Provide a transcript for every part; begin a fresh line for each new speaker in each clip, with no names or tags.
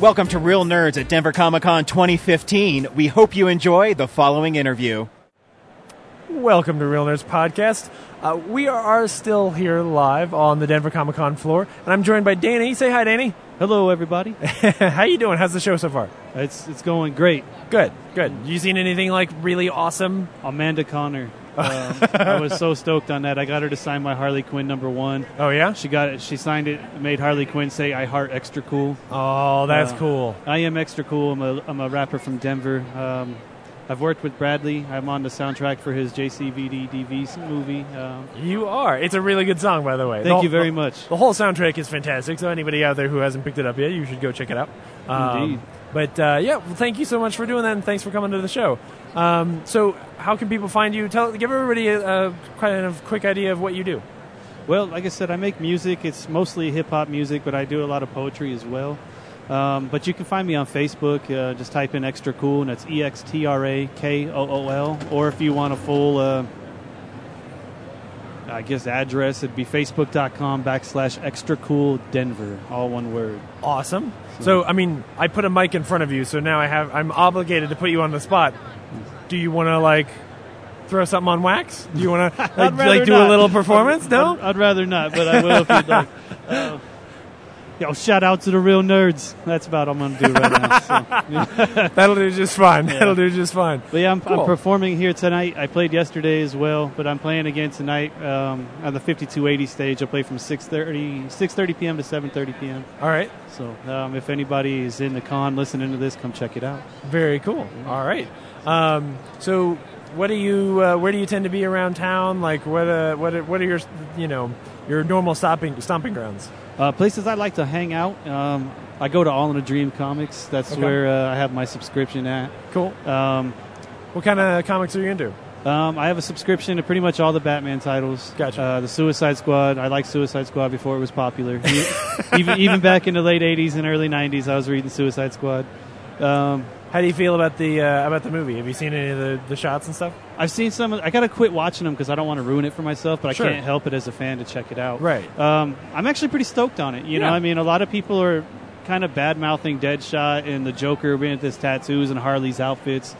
Welcome to Real Nerds at Denver Comic Con 2015. We hope you enjoy the following interview.
Welcome to Real Nerds Podcast. Uh, we are, are still here live on the Denver Comic Con floor, and I'm joined by Danny. Say hi, Danny.
Hello, everybody.
How you doing? How's the show so far?
It's it's going great.
Good, good. You seen anything like really awesome?
Amanda Connor. Um, I was so stoked on that. I got her to sign my Harley Quinn number one.
Oh yeah.
She got it. She signed it. Made Harley Quinn say, "I heart extra cool."
Oh, that's
Uh,
cool.
I am extra cool. I'm a I'm a rapper from Denver. Um, I've worked with Bradley. I'm on the soundtrack for his JCVD DV's movie. Um,
You are. It's a really good song, by the way. The
thank
whole-
you very much.
The whole soundtrack is fantastic. So anybody out there who hasn't picked it up yet, you should go check it out. Um,
Indeed.
But uh, yeah, well, thank you so much for doing that, and thanks for coming to the show. Um, so, how can people find you? Tell, give everybody a, a kind of quick idea of what you do.
Well, like I said, I make music. It's mostly hip hop music, but I do a lot of poetry as well. Um, but you can find me on Facebook. Uh, just type in Extra Cool, and that's E X T R A K O O L. Or if you want a full, uh, I guess, address, it'd be facebook.com backslash Extra Cool Denver, all one word.
Awesome. So, I mean, I put a mic in front of you, so now I have I'm obligated to put you on the spot. Do you want to like throw something on wax? Do you want to like,
rather
like do a
not.
little performance? No.
I'd, I'd rather not, but I will if you'd like. Uh, yo, shout out to the real nerds. That's about all I'm going to do right now. so.
That'll do just fine. That'll do just fine.
But yeah, I'm,
Cool.
I'm performing here tonight. I played yesterday as well, but I'm playing again tonight um, on the 5280 stage. I play from 6:30 6:30 p.m. to 7:30 p.m.
All right.
So um, if anybody is in the con listening to this, come check it out.
Very cool. All right. Um, so, what do you? Uh, where do you tend to be around town? Like, what? Uh, what? Are, what are your? You know, your normal stopping stomping grounds?
Uh, places I like to hang out. Um, I go to All in a Dream Comics. That's
Okay.
where uh, I have my subscription at.
Cool.
Um,
What kind of comics are you into?
um, I have a subscription to pretty much all the Batman titles.
Gotcha.
Uh, the Suicide Squad. I liked Suicide Squad before it was popular. E- even even back in the late '80s and early '90s, I was reading Suicide Squad. Um,
How do you feel about the uh, about the movie? Have you seen any of the, the shots and stuff?
I've seen some. of- I gotta quit watching them because I don't want to ruin it for myself, but
Sure.
I can't help it as a fan to check it out.
Right.
Um, I'm actually pretty stoked on it. You know,
Yeah.
I mean, a lot of people are kind of bad mouthing Deadshot and the Joker with his tattoos and Harley's outfits,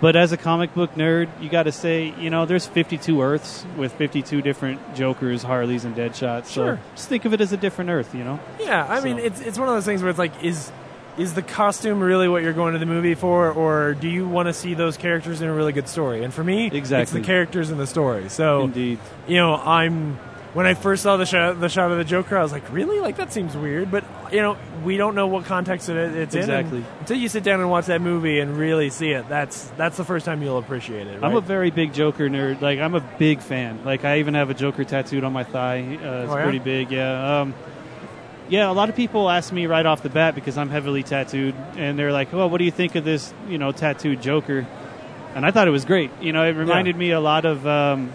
but as a comic book nerd, you got to say, you know, there's 52 Earths with 52 different Jokers, Harleys, and Deadshots.
Sure.
So just think of it as a different Earth. You know.
Yeah, I mean,
So-
it's it's one of those things where it's like, is is the costume really what you're going to the movie for, or do you want to see those characters in a really good story? And for me, it's the
Exactly.
characters in the story. So
Indeed.
you know, I'm when I first saw the shot the shot of the Joker, I was like, really, like that seems weird. But you know, we don't know what context it, it's in.
Exactly.
and Until you sit down and watch that movie and really see it, that's that's the first time you'll appreciate it.
I'm a
right?
very big Joker nerd. Like I'm a big fan. Like I even have a Joker tattooed on my thigh. Uh, it's
Oh, yeah?
pretty big. Yeah. Um, yeah. A lot of people ask me right off the bat because I'm heavily tattooed, and they're like, "Well, what do you think of this? You know, tattooed Joker?" And I thought it was great. You know, it reminded me a lot of um,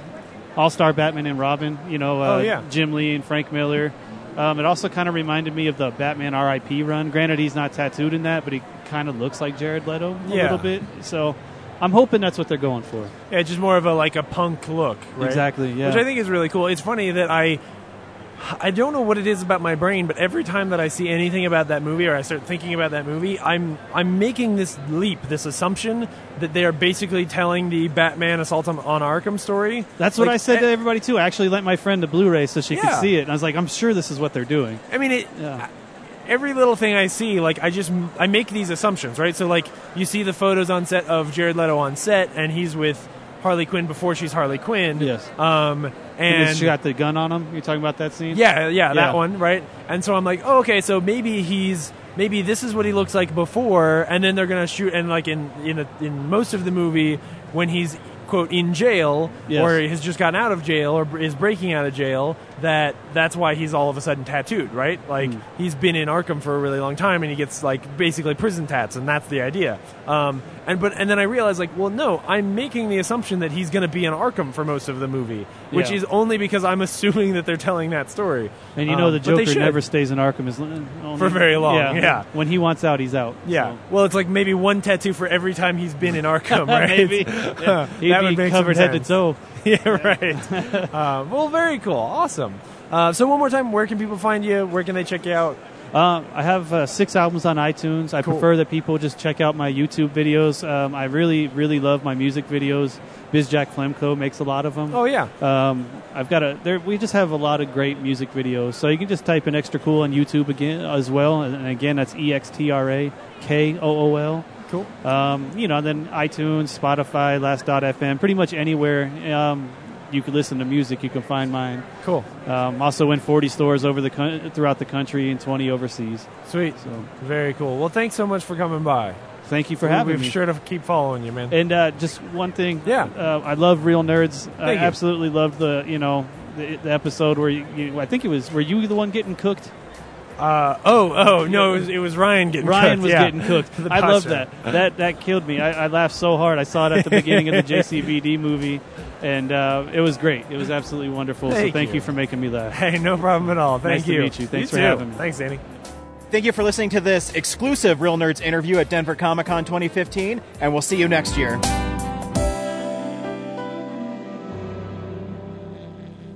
All Star Batman and Robin. You know, uh,
Oh, yeah.
Jim Lee and Frank Miller. Um, it also kind of reminded me of the Batman R.I.P. run. Granted, he's not tattooed in that, but he kind of looks like Jared Leto a
Yeah.
little bit. So, I'm hoping that's what they're going for.
yeah, just more of a like a punk look, right?
Exactly, yeah.
Which I think is really cool. It's funny that I. I don't know what it is about my brain, but every time that I see anything about that movie or I start thinking about that movie, I'm I'm making this leap, this assumption that they are basically telling the Batman Assault on, on Arkham story.
That's what
Like,
I said
eh,
to everybody too. I actually lent my friend the Blu-ray so she
Yeah.
could see it, and I was like, "I'm sure this is what they're doing."
I mean, it,
Yeah.
every little thing I see, like I just I make these assumptions, right? So like you see the photos on set of Jared Leto on set, and he's with Harley Quinn before she's Harley Quinn.
Yes.
Um, and
Because she got the gun on him. You're talking about that scene?
yeah, yeah,
Yeah.
that one, right? And so I'm like, oh, okay, so maybe he's maybe this is what he looks like before, and then they're gonna shoot and like in in a, in most of the movie when he's quote in jail
Yes.
or has just gotten out of jail or br- is breaking out of jail that that's why he's all of a sudden tattooed right like
Hmm.
he's been in arkham for a really long time and he gets like basically prison tats and that's the idea um, and but and then i realized like well no i'm making the assumption that he's going to be in arkham for most of the movie which
Yeah.
is only because I'm assuming that they're telling that story.
And you know
Um,
the
but they
Joker
should.
never stays in Arkham as long,
For very long, yeah.
When he wants out, he's out.
Yeah.
So.
Well, it's like maybe one tattoo for every time he's been in Arkham, right?
Maybe.
Yeah.
He'd
That
be
would make some
covered head to
sense.
toe.
yeah, right. uh, well, very cool. Awesome. Uh, so one more time, where can people find you? Where can they check you out?
Uh, I have uh, six albums on iTunes. I
Cool.
prefer that people just check out my YouTube videos. Um, I really, really love my music videos. Biz Jack Flemco makes a lot of them.
Oh yeah.
Um, I've got a. There, we just have a lot of great music videos. So you can just type in "extra cool" on YouTube again as well. And, and again, that's E X T R A K O O L.
Cool.
Um, you know, and then iTunes, Spotify, Last.fm, pretty much anywhere um, you can listen to music, you can find mine.
Cool.
Um, also in 40 stores over the coun throughout the country and 20 overseas.
Sweet.
So
Very cool. Well, thanks so much for coming by.
thank you for
We-
having
We're
me.
sure to keep following you, man.
And uh, just one thing,
Yeah.
uh, I love real nerds. I
you.
absolutely love the you know the, the episode where you, you. I think it was were you the one getting cooked?
Uh, oh, oh no, it was, it was Ryan getting
Ryan
cooked,
was
yeah.
getting cooked.
The
I love
pasta.
that. That that killed me. I, I laughed so hard. I saw it at the beginning of the JCVD movie, and uh, it was great. It was absolutely wonderful. so
Thank
thank
you.
you. for making me laugh.
Hey, no problem at all. Thank
Nice to
you.
meet you. Thanks for
too.
having me.
Thanks, Danny.
Thank you for listening to this exclusive Real Nerds interview at Denver Comic Con 2015, and we'll see you next year.